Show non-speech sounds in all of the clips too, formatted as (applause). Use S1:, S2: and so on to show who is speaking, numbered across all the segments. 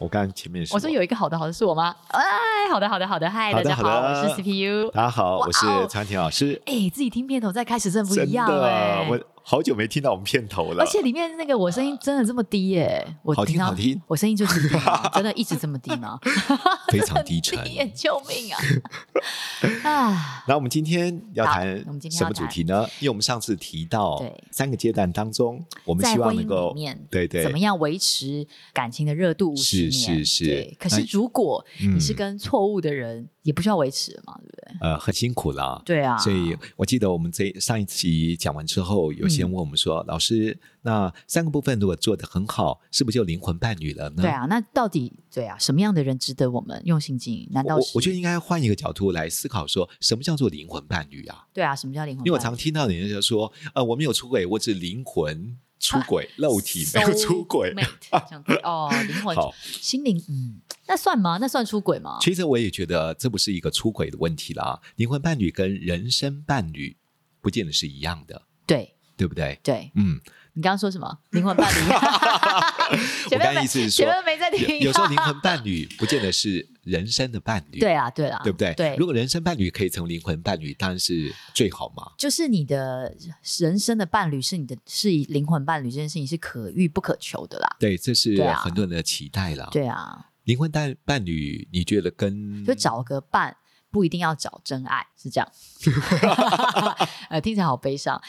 S1: 我刚前面是
S2: 我说有一个好的，好的是我吗？哎，好的，好的，好的，嗨，
S1: 好
S2: 大
S1: 的
S2: 家好，
S1: 好的
S2: 我是 CPU。
S1: 大家好，我是
S2: 哇哦
S1: 常婷老师。
S2: 哎，自己听片头再开始真的不
S1: 真
S2: 一样
S1: 的
S2: 哎，，
S1: 我好久没听到我们片头了
S2: 而。且里面那个我声音真的这么低耶，我
S1: 好听
S2: 到
S1: 好听
S2: 我声音就是低嘛真的一直这么低吗？
S1: 非常
S2: (laughs)
S1: 低沉
S2: 低耶救命啊！啊，
S1: 那我们今天要谈
S2: 好我们今天
S1: 什
S2: 要
S1: 么
S2: 谈
S1: 主题呢？因为我们上次提到
S2: 对
S1: 三个阶段当中，我们
S2: 在
S1: 希望
S2: 婚
S1: 能
S2: 姻里
S1: 够
S2: 面，
S1: 对对
S2: 怎么样维持感情的热度五十
S1: 是
S2: 年？
S1: 是是
S2: 对可
S1: 那
S2: 是如果
S1: 嗯
S2: 你是跟错误的人，也不需要维持嘛，对不对？
S1: 呃很辛苦啦。
S2: 对啊，
S1: 所以我记得我们这上一期讲完之后，有些人问我们说：“老师，那三个部分如果做得很好，是不是就灵魂伴侣了呢？”
S2: 对啊，那到底对啊，什么样的人值得我们用心经营？难道
S1: 我
S2: 是
S1: 我觉得应该换一个角度来思考说，什么叫做灵魂伴侣啊？
S2: 对啊？什么叫灵魂伴侣？
S1: 因为我常听到人家说，呃，我没有出轨，我只灵魂出轨，肉体没有
S2: (laughs)
S1: 出轨。 (laughs)
S2: Soulmate，这样子哦，灵魂
S1: 好
S2: 心灵，嗯，那算吗？那算出轨吗？
S1: 其实我也觉得这不是一个出轨的问题啦，灵魂伴侣跟人生伴侣不见得是一样的，
S2: 对
S1: 对不对？
S2: 对，
S1: 嗯，
S2: 你刚刚说什么？灵魂伴侣？
S1: (laughs) 我
S2: 前
S1: 刚
S2: 面
S1: 才
S2: 没
S1: 意思是
S2: 前
S1: 说，
S2: 面没在 (laughs) 听啊
S1: (laughs) 有有时候灵魂伴侣不见得是人生的伴侣，
S2: 对啊，对啊，
S1: 对不对？
S2: 对
S1: 如，果人生伴侣可以成为灵魂伴侣，当然是最好嘛。
S2: 就是你的人生的伴侣是你的，是以灵魂伴侣这件事情是可遇不可求的啦。
S1: 对，这是
S2: 对啊
S1: 很多人的期待啦。
S2: 对啊，
S1: 灵魂伴伴侣，你觉得跟
S2: 就找个伴。不一定要找真爱，是
S1: (laughs)
S2: 这样。呃，听起来好悲伤啊！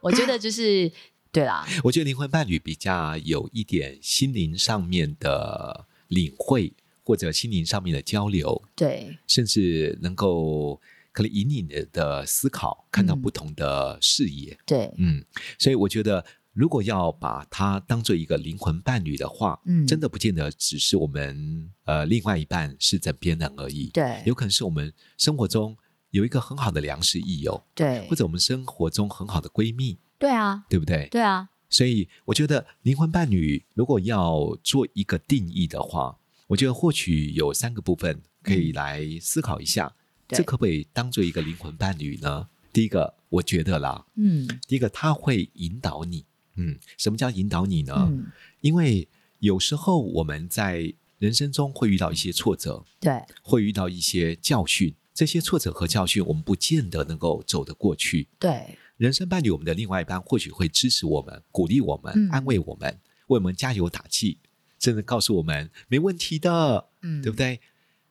S2: 我觉得就是对啦，
S1: 我觉得灵魂伴侣比较有一点心灵上面的领会，或者心灵上面的交流，
S2: 对，
S1: 甚至能够可能引领你的思考，看到不同的视野。
S2: 对，
S1: 嗯所以我觉得，如果要把它当做一个灵魂伴侣的话，
S2: 嗯
S1: 真的不见得只是我们呃另外一半是枕边人而已，
S2: 对
S1: 有可能是我们生活中有一个很好的良师益友，
S2: 对
S1: 或，者我们生活中很好的闺蜜，
S2: 对啊，
S1: 对不对？
S2: 对啊，
S1: 所以我觉得灵魂伴侣如果要做一个定义的话，我觉得或许有三个部分可以来思考一下，
S2: 嗯对
S1: 这可不可以当做一个灵魂伴侣呢？第一个，我觉得啦，
S2: 嗯
S1: 第一个他会引导你。嗯，什么叫引导你呢？
S2: 嗯，
S1: 因为有时候我们在人生中会遇到一些挫折，
S2: 对，
S1: 会遇到一些教训，这些挫折和教训我们不见得能够走得过去。
S2: 对，
S1: 人生伴侣，我们的另外一半或许会支持我们、鼓励我们、
S2: 嗯
S1: 安慰我们，为我们加油打气，甚至告诉我们没问题的，
S2: 嗯，
S1: 对不？对？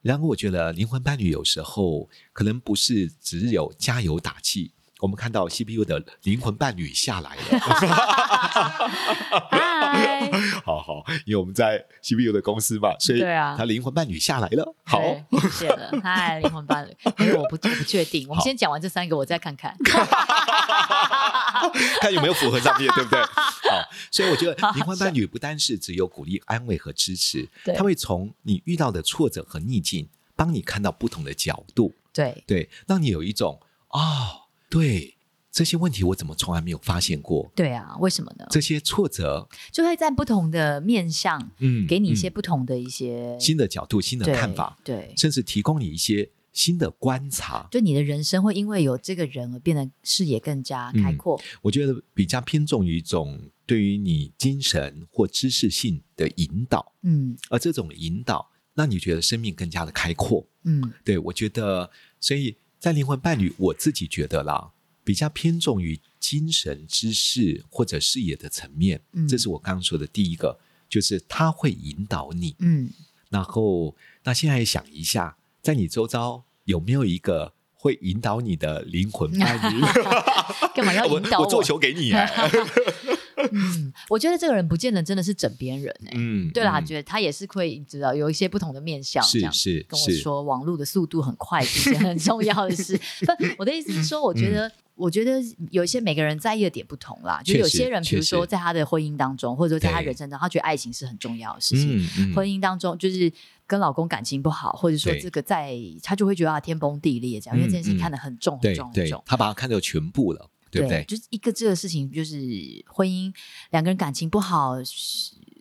S1: 然后我觉得灵魂伴侣有时候可能不是只有加油打气。我们看到 CPU 的灵魂伴侣下来了，
S2: 嗨，
S1: 好好，因为我们在 CPU 的公司嘛，所以
S2: 对啊
S1: 他灵魂伴侣下来了。 (laughs) 好，
S2: 对，谢谢了，嗨，灵魂伴侣，因为我不我不确定，我们
S1: 好
S2: 先讲完这三个，我再看看。
S1: 看有没有符合上
S2: (laughs)
S1: 面，对不对？好，所以我觉得灵魂伴侣不单是只有鼓励、安慰和支持
S2: 对，
S1: 他会从你遇到的挫折和逆境，帮你看到不同的角度，
S2: 对，
S1: 对，让你有一种哦，对这些问题我怎么从来没有发现过，
S2: 对啊，为什么呢？
S1: 这些挫折，
S2: 就会在不同的面向，
S1: 嗯
S2: 给你一些
S1: 嗯
S2: 不同的一些
S1: 新的角度、新的
S2: 对
S1: 看法，
S2: 对，
S1: 甚至提供你一些新的观察。
S2: 就你的人生会因为有这个人而变得视野更加开阔。
S1: 我觉得比较偏重于一种对于你精神或知识性的引导。
S2: 嗯
S1: 而这种引导让你觉得生命更加的开阔。
S2: 嗯，
S1: 对我觉得，所以在灵魂伴侣，我自己觉得啦，比较偏重于精神知识或者视野的层面。
S2: 嗯
S1: 这是我刚刚说的第一个，就是他会引导你。
S2: 嗯，
S1: 然后，那现在想一下，在你周遭有没有一个？会引导你的灵魂伴侣，
S2: (laughs) 干嘛要引导
S1: (laughs) 我？做球给你、哎
S2: 嗯，我觉得这个人不见得真的是枕边人哎、
S1: 嗯，
S2: 对啦，
S1: 嗯
S2: 觉得他也是会知道有一些不同的面相，这
S1: 是
S2: 样
S1: 是
S2: 跟我
S1: 是，
S2: 说网络的速度很快是一
S1: (laughs)
S2: 件很重要的事。不，我的意思是说，我觉得、我觉得有一些每个人在意的点不同啦，就
S1: 嗯确
S2: 有
S1: 实
S2: 些人，比如
S1: 确实
S2: 说在他的婚姻当中，或者说在他
S1: 对
S2: 人生当中，他觉得爱情是很重要的事情。
S1: 嗯嗯
S2: 婚姻当中，就是跟老公感情不好，或者说
S1: 对
S2: 这个在他就会觉得啊天崩地裂这样，因为
S1: 嗯
S2: 这件事情
S1: 嗯
S2: 看得很重很
S1: 对
S2: 重很
S1: 对
S2: 重，。
S1: 他把它看作全部了，对不对？
S2: 就是一个这个事情，就是婚姻两个人感情不好，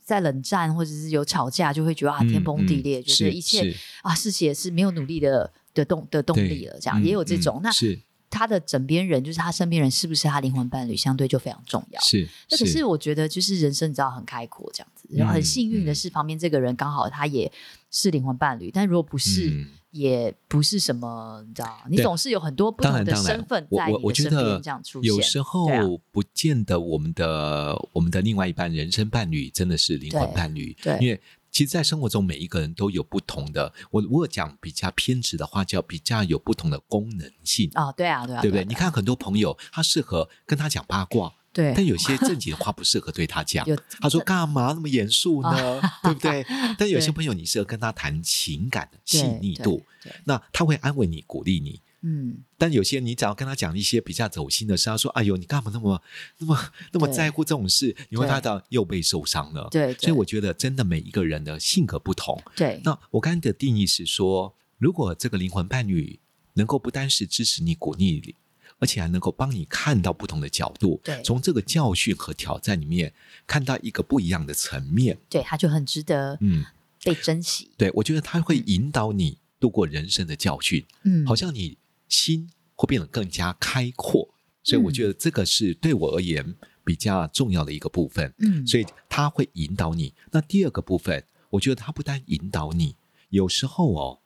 S2: 在冷战或者是有吵架，就会觉得啊
S1: 嗯
S2: 天崩地裂，
S1: 嗯
S2: 觉得
S1: 是
S2: 一切
S1: 是
S2: 啊事情也是没有努力的的动的动
S1: 对
S2: 力了，这样
S1: 嗯
S2: 也有这
S1: 嗯
S2: 种。那
S1: 是
S2: 他的枕边人，就是他身边人，是不是他灵魂伴侣，相对就非常重要。
S1: 是，嗯
S2: 那可是我觉得，就是人生你知道很开阔这样子，然后很幸运的是，旁边这个人刚好他也是灵魂伴侣，但如果不是，
S1: 嗯
S2: 也不是什么，你知道，你
S1: 对
S2: 总是有很多不
S1: 当
S2: 同
S1: 然
S2: 的
S1: 当然
S2: 身份，
S1: 我
S2: 在
S1: 我
S2: 你
S1: 我
S2: 的
S1: 觉
S2: 身
S1: 得
S2: 边这样出现。
S1: 有时候
S2: 对啊
S1: 不见得我们的、我们的另外一半人生伴侣真的是灵魂
S2: 对
S1: 伴侣，
S2: 对
S1: 因为。其实，在生活中，每一个人都有不同的。我如果讲比较偏执的话，叫比较有不同的功能性，
S2: 啊，对啊，对啊，
S1: 对不对？
S2: 啊
S1: 你，看很多朋友，他适合跟他讲八卦，
S2: 对啊，
S1: 但有些正经的话不适合对
S2: (laughs)
S1: 他讲。
S2: 有
S1: 他说干嘛那么严肃呢？对不对？但有些
S2: 哦 (laughs) 对
S1: 朋友，你适合跟他谈情感的细腻度，，
S2: 对对对
S1: 那他会安慰你、鼓励你。
S2: 嗯，
S1: 但有些你只要跟他讲一些比较走心的事，他说：“哎呦，你干嘛那么、那么、那么
S2: 对
S1: 在乎这种事？”你会
S2: 对
S1: 发到又被受伤了。
S2: 对，对
S1: 所以我觉得，真的每一个人的性格不同。
S2: 对
S1: 那我刚才的定义是说，如果这个灵魂伴侣能够不单是支持你、鼓励你，而且还能够帮你看到不同的角度
S2: 对，
S1: 从这个教训和挑战里面看到一个不一样的层面。
S2: 对，他就很值得
S1: 嗯，
S2: 被珍惜，
S1: 对，我觉得他会引导你度过人生的教训。
S2: 嗯，
S1: 好像你心会变得更加开阔。所以
S2: 嗯
S1: 我觉得这个是对我而言比较重要的一个部分。
S2: 嗯，
S1: 所以它会引导你。那第二个部分，我觉得它不单引导你，有时候哦，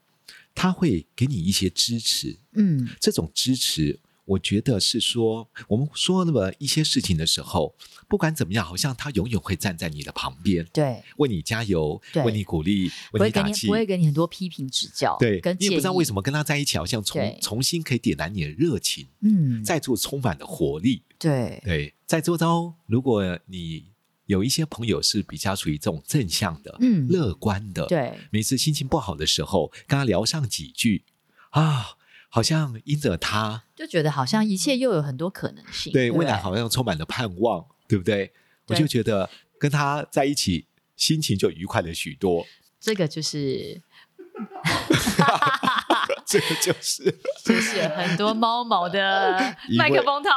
S1: 它会给你一些支持。
S2: 嗯，
S1: 这种支持，我觉得是说，我们说那么一些事情的时候，不管怎么样，好像他永远会站在你的旁
S2: (laughs)
S1: 边，
S2: 对，
S1: 为你加油，
S2: 对
S1: 为你鼓励，
S2: 不
S1: 为
S2: 会
S1: 你
S2: 给
S1: 打
S2: 你
S1: 气。
S2: 不会给你很多批评指教，
S1: 对
S2: 跟，
S1: 你也不知道为什
S2: 么，
S1: 么跟他在一起，好像重
S2: 对
S1: 重新可以点燃你的热情，
S2: 嗯，
S1: 再度充满了活力。
S2: 对，
S1: 对，在周遭，如果你有一些朋友是比较属于这种正向的、
S2: 嗯
S1: 乐观的，，
S2: 对，
S1: 每次心情不好的时候，跟他聊上几句啊。好像因着他，
S2: 就觉得好像一切又有很多可能性，
S1: 对
S2: 不
S1: 未来好像充满了盼望，对不对？我
S2: 对
S1: 就觉得跟他在一起，心情就愉快了许多。 (laughs)
S2: 这个就是
S1: 这个就是，
S2: 就是很多猫毛
S1: (laughs)
S2: 的
S1: 因为
S2: 麦克风套，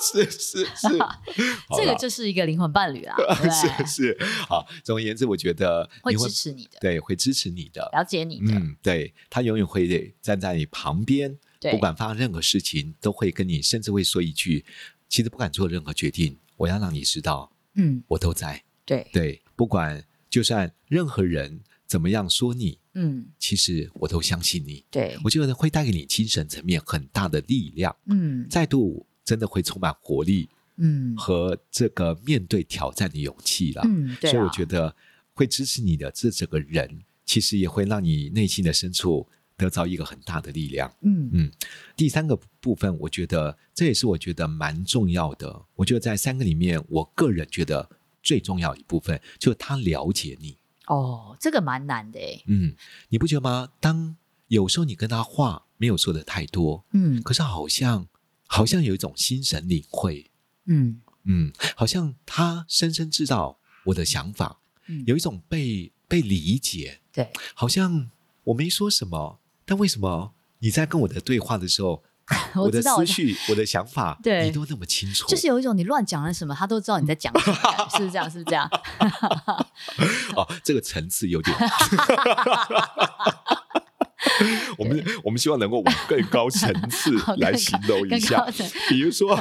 S1: 是是是，好
S2: (laughs) 这个
S1: 啦
S2: 就是一个灵魂伴侣啦，啊
S1: (laughs)
S2: 对
S1: 是，是，好。总而言之，我觉得
S2: 会
S1: 你
S2: 支持你的，
S1: 对会支持你的，
S2: 了解你的，
S1: 嗯，对他永远会站在你旁边，
S2: 对
S1: 不管发生任何事情，都会跟你，甚至会说一句：“其实不敢做任何决定，我要让你知道
S2: 嗯，
S1: 我都在。
S2: 对”，
S1: 对，不管就算任何人怎么样说你，
S2: 嗯，
S1: 其实我都相信你。
S2: 对，
S1: 我觉得会带给你精神层面很大的力量，
S2: 嗯
S1: 再度真的会充满活力
S2: 嗯
S1: 和这个面对挑战的勇气了。
S2: 嗯，对，
S1: 所以我觉。得会支持你的这整个人，其实也会让你内心的深处得到一个很大的力量。
S2: 嗯
S1: 嗯第三个部分，我觉得这也是我觉得蛮重要的。我觉得在三个里面，我个人觉得最重要一部分就是他了解你。
S2: 哦，这个蛮难的诶。
S1: 嗯，你不觉得吗？当有时候你跟他话没有说的太多，
S2: 嗯
S1: 可是好像好像有一种心神领会，
S2: 嗯
S1: 嗯，好像他深深知道我的想法，
S2: 嗯，
S1: 有一种被被理解，
S2: 对
S1: 好像我没说什么，但为什么你在跟我的对话的时候，我
S2: (laughs) 我
S1: 的
S2: 知道，我
S1: 思
S2: 知道
S1: 绪、我的想法，
S2: (laughs) 对
S1: 你都那么清楚，
S2: 就是有一种你乱讲了什么，他都知道你在讲什么感觉，是不是这样？是不是这样？
S1: 哦，这个层次有点。
S2: (laughs)
S1: (laughs) 我们我们希望能够往更高层次
S2: (laughs) 好更
S1: 来
S2: 高
S1: 形容一
S2: 更
S1: 下
S2: 高层，
S1: 比
S2: (laughs)
S1: 如说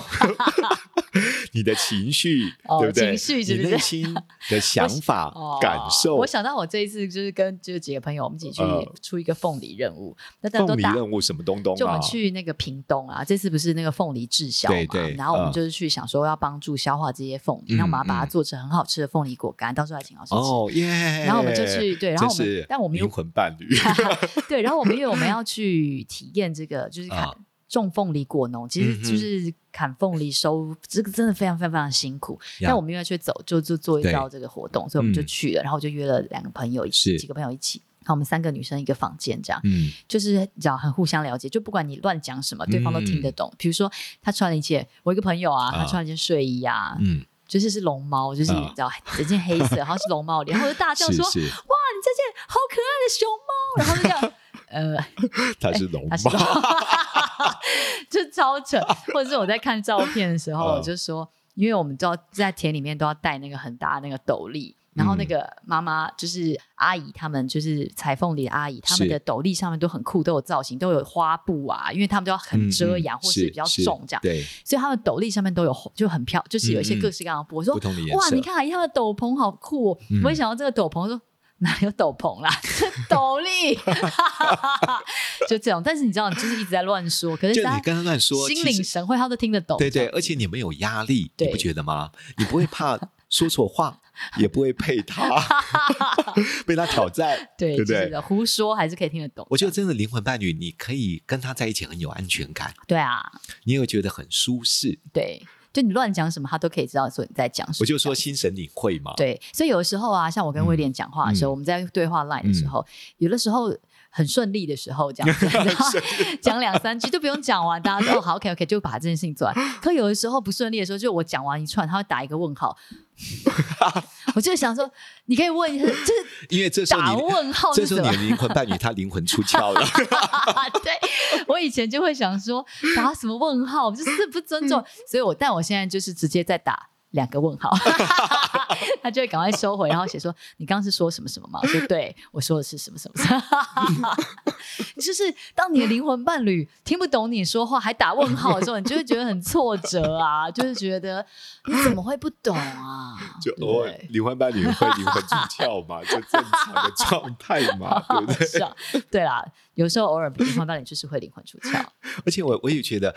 S1: 你的情绪，
S2: 哦
S1: 对不对？
S2: 情绪是
S1: 你
S2: 不是
S1: 内心的想
S2: (laughs)
S1: 法、
S2: 哦
S1: 感受
S2: 我，想到我这一次就是跟就是几个朋友，我们一起去
S1: 呃
S2: 出一个凤梨任务，那大家
S1: 凤
S2: 都
S1: 梨
S2: 打。
S1: 任务什么东东
S2: 就我
S1: 啊
S2: 们？去那个屏东啊，这次不是那个凤梨滞销嘛，
S1: 对对
S2: 然后我们
S1: 嗯
S2: 就是去想说要帮助消化这些凤梨，
S1: 嗯
S2: 那、我们要把它
S1: 嗯
S2: 做成很好吃的凤梨果干，到时候来请老师吃。
S1: 哦耶！然
S2: 后我们就去对然后我们但我们又
S1: 灵魂伴侣， (laughs)
S2: 对，然后我们因为我们要去体验这个，就是砍、
S1: 啊
S2: 种凤梨果农，其实
S1: 嗯哼
S2: 就是砍凤梨收，这个真的非常非常非常辛苦。
S1: 呀
S2: (laughs) 但我们因为去走，就就做一
S1: 对
S2: 道这个活动，所以我们就
S1: 嗯
S2: 去了，然后我就约了两个朋友一
S1: 是
S2: 起，几个朋友一起。然后我们三个女生一个房间，这样、
S1: 嗯，
S2: 就是你知道很互相了解，就不管你乱讲什么，对方都听得懂。比如说他穿了一件，我一个朋友啊，
S1: 嗯啊
S2: 他穿了一件睡衣啊，
S1: 嗯，
S2: 就是是龙猫，就是
S1: 啊
S2: 你知道一件黑色，然后是龙猫脸，然后我就大叫
S1: (laughs) 是
S2: 说：“
S1: 是，
S2: 哇，你这件好可爱的熊猫！”然后就这样，呃，
S1: 他是龙
S2: 他是
S1: 猫，
S2: 就超扯。或者是我在看照片的时候，
S3: 嗯
S2: 我就说，因为我们都要在田里面都要带那个很大的那个斗笠，然后那个妈妈就是阿姨，他们就是裁缝里的阿姨，他们
S1: 是
S2: 的斗笠上面都很酷，都有造型，都有花布啊，因为他们都要很遮阳、
S1: 嗯嗯
S2: 或是比较重这样，
S1: 对，
S2: 所以他们斗笠上面都有就很漂，就是有一些
S1: 嗯嗯
S2: 各式各样的布。我说
S1: 不同的颜
S2: 哇，
S1: 色
S2: 你。看阿姨她的斗篷好酷、哦，
S1: 嗯
S2: 我也想到这个斗篷，我说哪有斗篷啦， (laughs) 是斗笠， (laughs) 就这种。但是你知道，你就是一直在乱说，可
S1: 就是你
S2: 他
S1: 刚刚乱说，
S2: 心
S1: 其
S2: 领
S1: 实
S2: 神会，他都听得懂。
S1: 对呃对，而且你没有压力，你不
S2: 对
S1: 觉得吗？你不会怕说错话，也不会被
S2: (laughs)
S1: 他被他挑战。
S2: 对
S1: 对
S2: 就
S1: 不对
S2: 是的胡说还是可以听得懂。
S1: 我觉得真的灵魂伴侣，你可以跟他在一起很有安全感，
S2: 对啊，
S1: 你也会觉得很舒适。
S2: 对，就你乱讲什么，他都可以知道说你在讲什么。
S1: 我就说心神领会嘛，
S2: 对，所以有的时候啊，像我跟威廉讲话的时候，
S1: 嗯
S2: 我们在对话 line 的时候，有的时候。很顺利的时候，这
S1: (laughs)
S2: 样子然后 (laughs) 讲两三句都不用讲完，大家说哦好 OK OK 就把这件事情做完。可有的时候不顺利的时候，就我讲完一串，他会打一个问
S1: (laughs)
S2: 号，我就想说，你可以问，就是
S1: 因为这时
S2: 打
S1: 候你
S2: 问号
S1: 这
S2: 是
S1: 时
S2: 什
S1: 候
S2: 么
S1: 你？的灵魂伴侣他灵魂出窍
S2: (laughs)
S1: 了，
S2: 对， (laughs) 我以前就会想说打什么问号，就是不尊
S3: 嗯
S2: 重，所以我但我现在就是直接在打两个
S3: (laughs)
S2: 问号，他就会赶快收回，然后写说你刚刚是说什么什么吗？我说对，我说的是什么什么什么。 (laughs) 就是当你的灵魂伴侣听不懂你说话还打问号的时候，你就会觉得很挫折啊，就是觉得你怎么会不懂啊？
S3: 就
S2: 对
S3: 偶
S2: 不
S1: 哦
S3: 尔
S2: 对
S3: 灵魂伴侣会灵魂出窍
S2: (laughs)
S3: 嘛，就正常的状态嘛，对不对？
S2: 是啊，对啦，有时候偶尔灵魂伴侣就是会灵魂出
S3: (laughs)
S2: 窍，
S1: 而且我我也觉得，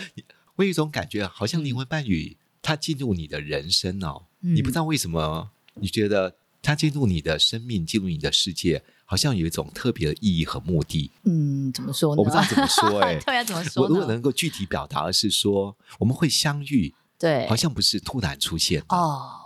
S1: 我有一种感觉，好像灵魂伴侣他进入你的人生哦，
S2: 嗯
S1: 你不知道为什么，你觉得他进入你的生命，进入你的世界，好像有一种特别的意义和目的。
S2: 嗯，怎么说呢？
S1: 我不
S2: (laughs)
S1: 知道怎么说哎、
S2: 对啊，怎么说
S1: 我
S2: 呢？
S1: 如果能够具体表达的是说，我们会相遇，
S2: 对，
S1: 好像不是突然出现的，
S2: 哦，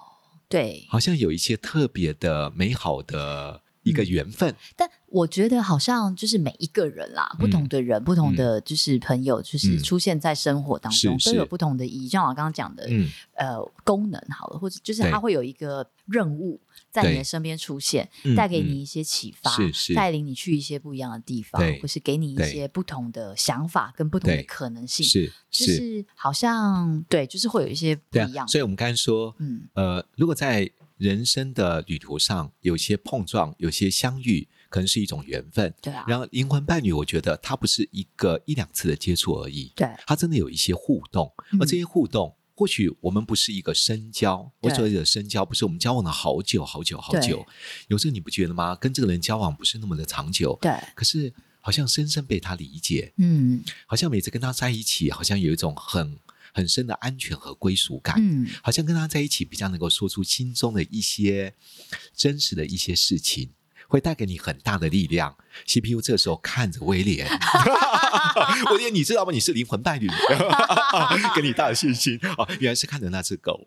S2: 对，
S1: 好像有一些特别的美好的
S2: 嗯
S1: 一个缘分。
S2: 但我觉得好像就是每一个人啦，不同的人、不同的就是朋友，就是
S1: 嗯
S2: 出现在生活当中
S1: 是
S2: 都有
S1: 是
S2: 不同的意义。就像我刚刚讲的，
S1: 嗯，
S2: 呃，功能好了，或者就是
S1: 对
S2: 它会有一个任务在你
S1: 对
S2: 的身边出现，
S1: 嗯
S2: 带给你一些启发，
S1: 是是
S2: 带领你去一些不一样的地方，
S1: 对
S2: 或是给你一
S1: 对
S2: 些不同的想法跟不同的
S1: 对
S2: 可能性。
S1: 是，
S2: 就是是好像对，就是会有一些不
S1: 对
S2: 一样
S1: 啊。。所以我们刚才说，
S2: 嗯，
S1: 呃，如果在人生的旅途上有些碰撞，有些相遇，可能是一种缘分。
S2: 对啊，
S1: 然后灵魂伴侣，我觉得它不是一个一两次的接触而已，
S2: 对，
S1: 它真的有一些互动，
S2: 嗯
S1: 而这些互动。或许我们不是一个深交，我
S2: 对
S1: 所谓的深交，不是我们交往了好久好久好
S2: 对
S1: 久，有时候你不觉得吗？跟这个人交往不是那么的长久，
S2: 对，
S1: 可是好像深深被他理解，
S2: 嗯
S1: 好像每次跟他在一起，好像有一种很很深的安全和归属感。
S2: 嗯， (laughs)
S1: 好像跟他在一起比较能够说出心中的一些真实的一些事情，会带给你很大的力量。CPU 这时候看着威廉， (laughs) 威廉，你知道吗？你是灵魂伴侣， (laughs) 给你大的信心哦，原来是看着那只狗，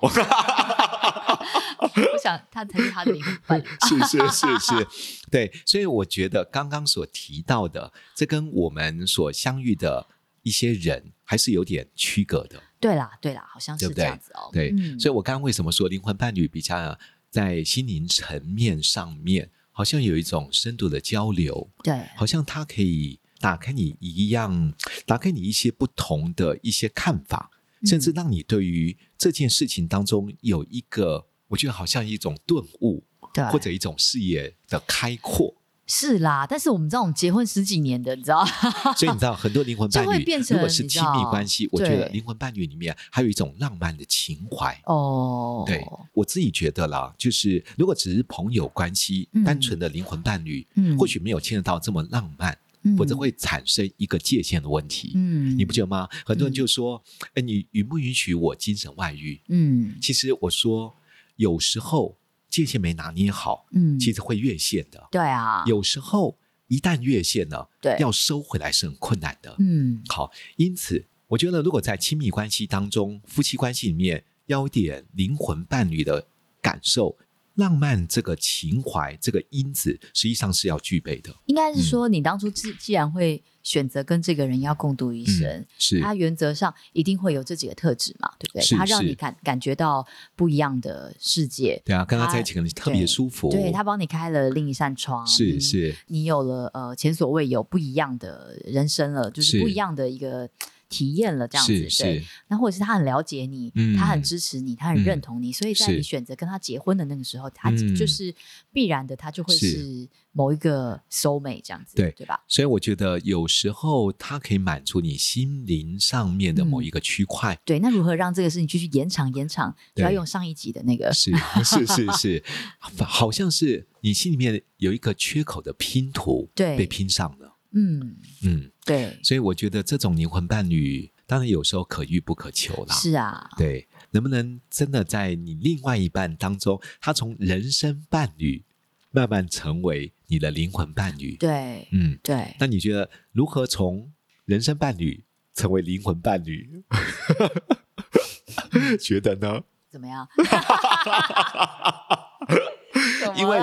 S2: 我想他才是他的灵魂伴侣。
S1: (laughs) 是是是是， (laughs) 对，所以我觉得刚刚所提到的，这跟我们所相遇的一些人还是有点区隔的。
S2: (laughs) 对啦，对啦，好像是
S1: 对不
S2: 这
S1: 对
S2: 样子哦。
S1: 对，
S2: 嗯
S1: 所以我刚刚为什么说灵魂伴侣比较在心灵层面上面，好像有一种深度的交流，
S2: 对
S1: 好像它可以打开你一样，打开你一些不同的一些看法，甚至让你对于这件事情当中有一个，我觉得好像一种顿悟，
S2: 对，
S1: 或者一种视野的开阔。
S2: 是啦，但是我们这种结婚十几年的，你知道， (laughs)
S1: 所以你知道，很多灵魂伴
S2: 就会
S1: 侣
S2: 变
S1: 如果
S2: 成
S1: 是
S2: 你知
S1: 亲密
S2: 道
S1: 关系，我觉得
S2: 对
S1: 灵魂伴侣里面还有一种浪漫的情怀。
S2: 哦，
S1: 对我自己觉得啦，就是如果只是朋友关系，
S2: 嗯
S1: 单纯的灵魂伴侣，
S2: 嗯
S1: 或许没有牵扯到这么浪漫，
S2: 嗯
S1: 否则会产生一个界限的问题。
S2: 嗯，
S1: 你不觉得吗？很多人
S2: 嗯
S1: 就说：“哎、你允不允许我精神外遇
S2: 嗯？”
S1: 其实我说，有时候界限没拿捏好，
S2: 嗯，
S1: 其实会越线的。
S2: 对啊，
S1: 有时候一旦越线了，
S2: 对
S1: 要收回来是很困难的。
S2: 嗯
S1: 好，因此我觉得，如果在亲密关系当中，夫妻关系里面要有点灵魂伴侣的感受，浪漫这个情怀这个因子，实际上是要具备的。
S2: 应该是说你当初既既然会选择跟这个人要共度一生，
S1: 嗯是
S2: 它原则上一定会有这几个特质嘛，对不
S1: 是
S2: 对？它让
S1: 是
S2: 你感感觉到不一样的世界，
S1: 对啊，跟他在一起可能特别
S2: 对
S1: 舒服。
S2: 对他帮你开了另一扇窗，
S1: 哦是
S2: 你
S1: 是
S2: 你有了呃前所未有不一样的人生了，就是
S1: 是
S2: 不一样的一个体验了这样子，
S1: 是
S2: 对。
S1: 是，
S2: 然后或者是他很了解你，
S1: 嗯
S2: 他很支持你，他很认同你，所以在
S1: 是
S2: 你选择跟他结婚的那个时候，他
S1: 嗯
S2: 就是必然的，他就会
S1: 是
S2: 是某一个 soul mate 这样子，
S1: 对
S2: 对吧？
S1: 所以我觉得有时候它可以满足你心灵上面的
S2: 嗯
S1: 某一个
S2: (laughs)
S1: 区块。
S2: 对，那如何让这个事情继续延长延长？就
S1: 对
S2: 要用上一集的那个，
S1: 是是是是，好像是你心里面有一个缺口的拼图，
S2: 对
S1: 被拼上了。
S2: 嗯，
S1: 嗯，
S2: 对，
S1: 所以我觉得这种灵魂伴侣，当然有时候可遇不可求啦。
S2: 是啊，
S1: 对，能不能真的在你另外一半当中，他从人生伴侣慢慢成为你的灵魂伴侣？
S2: 对，
S1: 嗯，
S2: 对，
S1: 那你觉得如何从人生伴侣成为灵魂伴侣？ (laughs) 觉得呢？
S2: 怎么样？ (laughs)
S1: 因为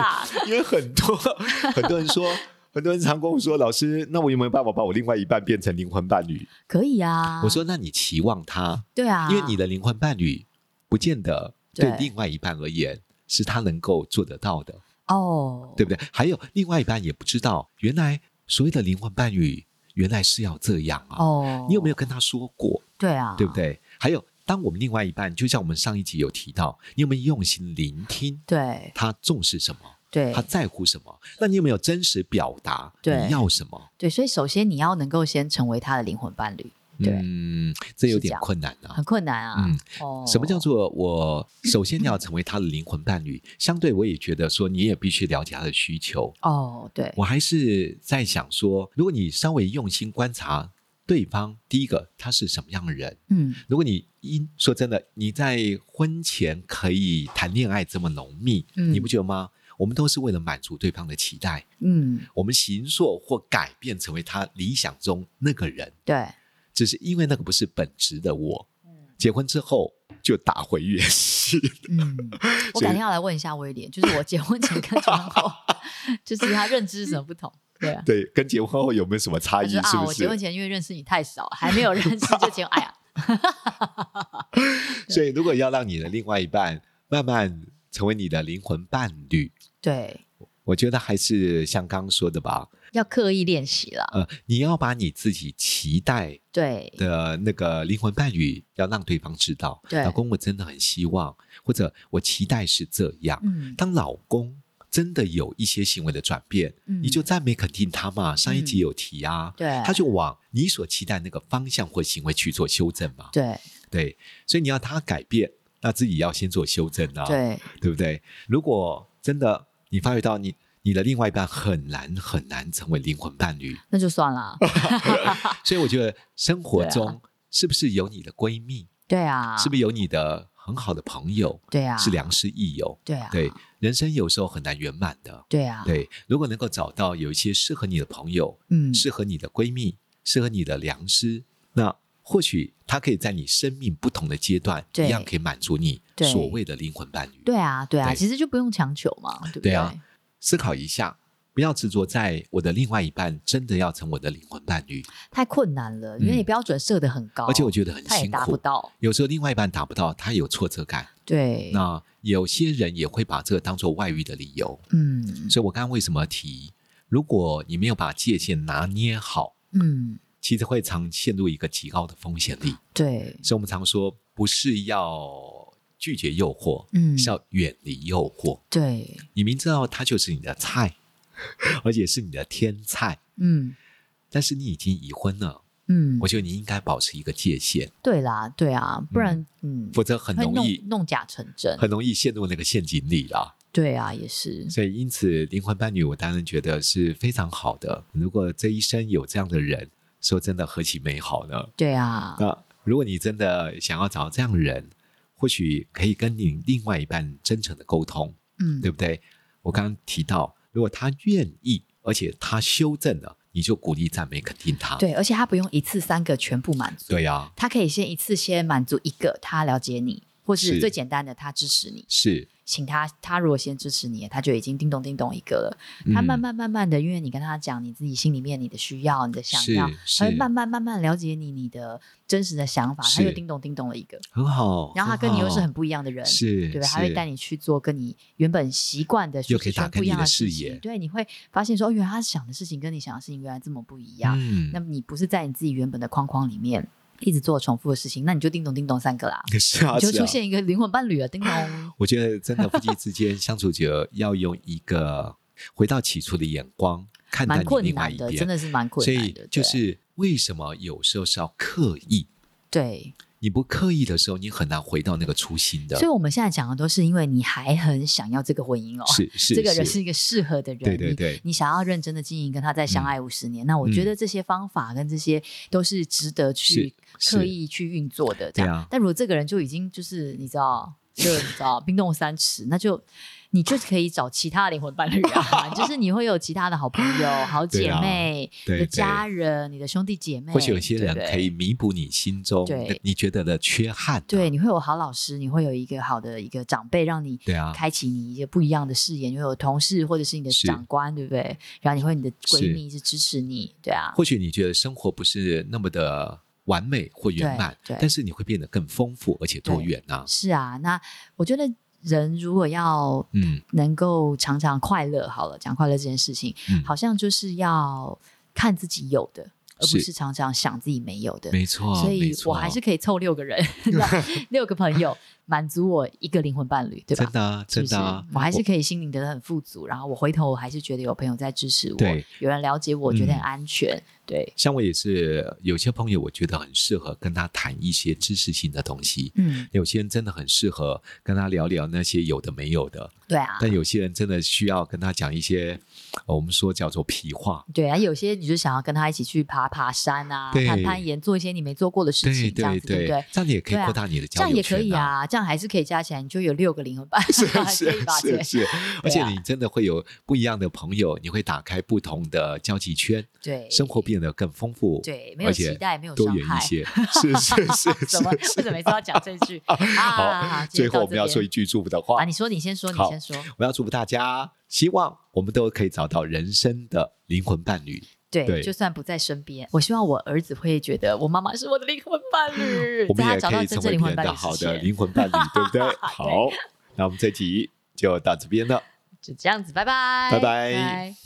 S1: 因为很多很多人说，很多人常跟我说，老师，那我有没有办法把我另外一半变成灵魂伴侣？
S2: 可以啊，
S1: 我说，那你期望他，
S2: 对啊，
S1: 因为你的灵魂伴侣不见得
S2: 对
S1: 对另外一半而言是他能够做得到的，
S2: 哦，
S1: 对不对？还有另外一半也不知道，原来所谓的灵魂伴侣原来是要这样啊。
S2: 哦，
S1: 你有没有跟他说过？
S2: 对啊，
S1: 对不？对？还有，当我们另外一半，就像我们上一集有提到，你有没有用心聆听
S2: 对
S1: 他重视什么，
S2: 对
S1: 他在乎什么？那你有没有真实表达
S2: 对
S1: 你要什么？
S2: 对，所以首先你要能够先成为他的灵魂伴侣，对
S1: 嗯，这有
S2: 是这
S1: 点
S2: 样
S1: 困难啊
S2: 很。困难啊。
S1: 嗯
S2: 哦，
S1: 什么叫做我首先要成为他的灵魂伴侣？相对我也觉得说，你也必须了解他的需求。
S2: 哦？对，
S1: 我还是在想说，如果你稍微用心观察对方，第一个他是什么样的人，
S2: 嗯，
S1: 如果你因说真的，你在婚前可以谈恋爱这么浓密，
S2: 嗯
S1: 你不觉得吗？我们都是为了满足对方的期待，
S2: 嗯，
S1: 我们形塑或改变成为他理想中那个人， (laughs)
S2: 对，
S1: 只是因为那个不是本质的我。结婚之后就打回原形，
S2: 嗯，我改天要来问一下威廉，就是我结婚前跟
S1: (laughs)
S2: 结婚后，就是他认知是什么不同？对 (laughs) 啊，
S1: 对，跟结婚后有没有什么差
S2: 他
S1: 异？
S2: 说
S1: 是
S2: 啊，
S1: 不
S2: 我结婚
S1: 是？
S2: 前因为认识你太少，还没有认识就结婚，哎
S1: (laughs)
S2: 呀，
S1: 所以如果要让你的另外一半慢慢成为你的灵魂伴侣，
S2: 对，
S1: 我觉得还是像刚刚说的吧，
S2: 要刻意练习了，
S1: 呃，你要把你自己期待
S2: 对，
S1: 的那个灵魂伴侣要让对方知道，
S2: 对
S1: 老公，我真的很希望，或者我期待是这样。
S2: 嗯，
S1: 当老公真的有一些行为的转变，
S2: 嗯
S1: 你就赞美肯定他嘛。上一集有提啊，
S2: 对，
S1: 他就往你所期待那个方向或行为去做修正嘛。
S2: 对
S1: 对，所以你要他改变，那自己要先做修正啊，
S2: 对
S1: 对不对？如果真的你发觉到你你的另外一半很难很难成为灵魂伴侣，
S2: 那就算
S1: (laughs)
S2: 了，
S1: 所以我觉得生活
S2: 啊对啊
S1: 中是不是有你的闺蜜，
S2: 对啊，
S1: 是不是有你的很好的朋友，
S2: 对啊，
S1: 是良师益友？
S2: 对啊，
S1: 对，人生有时候很难圆满的。
S2: 对啊，
S1: 对，如果能够找到有一些适合你的朋友，
S2: 嗯，
S1: 适合你的闺蜜，适合你的良师，那或许他可以在你生命不同的阶段，
S2: 对
S1: 一样可以满足你
S2: 对
S1: 所谓的灵魂伴侣。
S2: 对啊，对啊，
S1: 对
S2: 其实就不用强求嘛，对不
S1: 对啊思考一下，不要执着在我的另外一半真的要成我的灵魂伴侣，
S2: 太困难了，因为你
S1: 嗯
S2: 标准设得很高，
S1: 而且我觉得很
S2: 他也
S1: 辛
S2: 达不
S1: 苦。
S2: 到，
S1: 有时候另外一半达不到，他有挫折感。
S2: 对，
S1: 那有些人也会把这个当做外遇的理由。
S2: 嗯
S1: 所以我刚刚为什么提，如果你没有把界限拿捏好，
S2: 嗯，
S1: 其实会常陷入一个极高的风险里。
S2: 对，
S1: 所以我们常说，不是要拒绝诱惑，
S2: 嗯
S1: 是要远离诱惑。
S2: 对，
S1: 你明知道它就是你的菜，而且是你的天菜，
S2: 嗯
S1: 但是你已经已婚了，
S2: 嗯
S1: 我，觉得你应该保持一个界限，
S2: 对啦，对啊，不然嗯，
S1: 否则很
S2: 会
S1: 容
S2: 弄
S1: 易
S2: 弄假成真，
S1: 很容易陷入那个陷阱里啦。
S2: 对啊，也是，
S1: 所以，因此，灵魂伴侣，我当然觉得是非常好的。如果这一生有这样的人，说真的，何其美好呢？
S2: 对啊，
S1: 那如果你真的想要找这样的人，或许可以跟你另外一半真诚的沟通，
S2: 嗯，
S1: 对不对？我刚刚提到，如果他愿意，而且他修正了，你就鼓励、赞美、肯定他。
S2: 对，而且他不用一次三个全部满足，
S1: 对啊呀，
S2: 他可以先一次先满足一个，他了解你，或是
S1: 是
S2: 最简单的，他支持你，
S1: 是
S2: 请他，他如果先支持你，他就已经叮咚叮咚一个了。
S1: 嗯
S2: 他慢慢慢慢的，因为你跟他讲你自己心里面你的需要、你的想要，
S1: 是
S2: 他会
S1: 是
S2: 慢慢慢慢了解你你的真实的想法，他
S1: 是
S2: 就叮咚叮咚了一个。
S1: 很好。
S2: 然后他跟你又是很不一样的
S1: 好
S2: 人，
S1: 是，
S2: 对吧？他会
S1: 是
S2: 带你去做跟你原本习惯的舒
S1: 又可
S2: 适
S1: 以打
S2: 圈
S1: 开
S2: 不一
S1: 你
S2: 样
S1: 的
S2: 事
S1: 视野
S2: 情，对，你会发现说，哦，原来他想的事情跟你想的事情原来这么不一样。
S1: 嗯
S2: 那么你不是在你自己原本的框框里面，一直做重复的事情，那你就叮咚叮咚三个啦，
S1: (laughs) 是啊，
S2: 你就是出
S1: 啊。
S2: 现一个灵魂伴侣啊，叮咚。
S1: 我觉得真的夫妻之间相处久，要用一个回到起初的眼光看待
S2: 蛮
S1: 你
S2: 困
S1: 另外
S2: 难
S1: 一
S2: 的，
S1: 边，
S2: 真的是蛮困
S1: 所
S2: 难
S1: 以
S2: 的。对
S1: 就是为什么有时候是要刻意，
S2: 对，
S1: 你不刻意的时候，你很难回到那个初心的
S2: 所以。我们现在讲的都是因为你还很想要这个婚姻哦，
S1: 是是，
S2: 这个人是一个适合的人，
S1: 对对
S2: 你
S1: 对，嗯
S2: 你想要认真的经营，跟他再相爱五十年，那我觉得这些方法跟这些都是值得去
S1: 是
S2: 刻意去运作的。这
S1: 对啊
S2: 样，但如果这个人就已经就是你知道，就你知道冰冻三尺，那就你就可以找其他的灵魂伴侣
S1: (laughs)
S2: 啊，就是你会有其他的好朋友、好姐妹、
S1: 对啊对
S2: 你的家人、你的兄弟姐妹，
S1: 或许有些人
S2: 哎对不对
S1: 可以弥补你心中
S2: 对
S1: 那你觉得的缺憾啊、
S2: 对，你会有好老师，你会有一个好的一个长辈，让你
S1: 对啊
S2: 开启你一些不一样的视野。你会有同事或者是你的
S1: 是
S2: 长官，对不对？然后你会你的
S1: 是
S2: 闺蜜是支持你，对啊，
S1: 或许你觉得生活不是那么的完美或圆满，
S2: 对对
S1: 但是你会变得更丰富而且多元啊。
S2: 是啊。那我觉得人如果要
S1: 嗯
S2: 能够常常快乐，好了，讲快乐这件事情，
S1: 嗯，
S2: 好像就是要看自己有的，而不
S1: 是
S2: 是常常想自己没有的。
S1: 没错，
S2: 所以
S1: 没错
S2: 我还是可以凑六个人， (laughs) 六个朋友，满足我一个灵魂伴侣，对吧？
S1: 真的啊
S2: 是
S1: 真
S2: 不是
S1: 的啊，
S2: 我还是可以心灵得很富足。然后我回头，我还是觉得有朋友在支持我
S1: 对，
S2: 有人了解我，
S1: 嗯
S2: 觉得很安全。对，
S1: 像我也是有些朋友，我觉得很适合跟他谈一些知识性的东西。
S2: 嗯，
S1: 有些人真的很适合跟他聊聊那些有的没有的，
S2: 对啊，
S1: 但有些人真的需要跟他讲一些，呃我们说叫做皮话。
S2: 对啊，有些你就想要跟他一起去爬爬山啊，
S1: 对
S2: 攀攀岩，做一些你没做过的事
S1: 对
S2: 情，这样
S1: 对
S2: 子，对不对？
S1: 这样你也可以
S2: 对啊
S1: 扩大你的
S2: 这
S1: 交
S2: 样也
S1: 友
S2: 可以
S1: 圈。
S2: 啊，这样还是可以加起来，你就有六个灵魂伴， (laughs) 啊
S1: 是
S2: 可以
S1: 是
S2: 吧？
S1: 是是，而且
S2: 对啊
S1: 你真的会有不一样的朋友，你会打开不同的交际圈，
S2: 对，
S1: 生活变得更丰富，
S2: 对没有
S1: 而且
S2: 期待没有
S1: 多
S2: 伤
S1: 元
S2: 害 (laughs)
S1: 一些，是是是
S2: 怎么
S1: 是。
S2: 为什么每次要讲这
S1: (laughs)
S2: 句啊？
S1: 好，
S2: 今
S1: 最
S2: 天到
S1: 后我们
S2: 这
S1: 要
S2: 边
S1: 说一句祝福的话
S2: 啊，，你说，你先说，你
S1: 好
S2: 先说，
S1: 我要祝福大家，希望我们都可以找到人生的灵魂伴侣。
S2: 对，
S1: 对
S2: 就算不在身边，我希望我儿子会觉得我妈妈是我的灵魂伴侣，
S1: 我们
S2: 在他
S1: 也
S2: 找
S1: 可
S2: 到
S1: 以
S2: 真
S1: 成
S2: 正
S1: 为
S2: 灵
S1: 别
S2: 魂
S1: 人
S2: 伴
S1: 的
S2: 侣
S1: 好
S2: 之
S1: 的
S2: 前，
S1: 灵魂伴侣，对不
S2: (laughs)
S1: 对？好，那我们这集就到这边了。
S2: 就这样子，拜拜，
S1: 拜拜